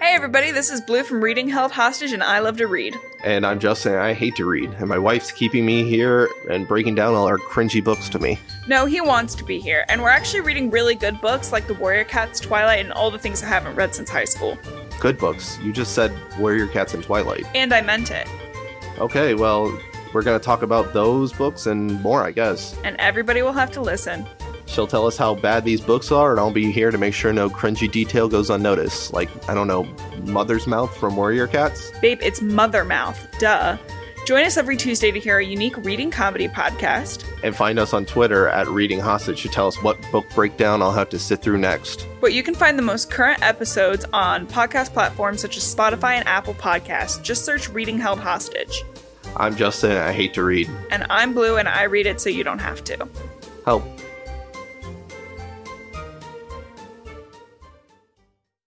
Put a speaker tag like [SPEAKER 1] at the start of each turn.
[SPEAKER 1] Hey everybody, this is Blue from Reading Held Hostage, and I love to read.
[SPEAKER 2] And I'm Justin. and I hate to read, and my wife's keeping me here and breaking down all our cringy books to me.
[SPEAKER 1] No, he wants to be here, and we're actually reading really good books like The Warrior Cats, Twilight, and all the things I haven't read since high school.
[SPEAKER 2] Good books. You just said Warrior Cats and Twilight.
[SPEAKER 1] And I meant it.
[SPEAKER 2] Okay, well, we're going to talk about those books and more, I guess.
[SPEAKER 1] And everybody will have to listen.
[SPEAKER 2] She'll tell us how bad these books are, and I'll be here to make sure no cringy detail goes unnoticed. Like, I don't know, Mother's Mouth from Warrior Cats?
[SPEAKER 1] Babe, it's Mother Mouth, duh. Join us every Tuesday to hear a unique reading comedy podcast.
[SPEAKER 2] And find us on Twitter at Reading Hostage to tell us what book breakdown I'll have to sit through next.
[SPEAKER 1] But you can find the most current episodes on podcast platforms such as Spotify and Apple Podcasts. Just search Reading Held Hostage.
[SPEAKER 2] I'm Justin, and I hate to read.
[SPEAKER 1] And I'm Blue, and I read it so you don't have to.
[SPEAKER 2] Help.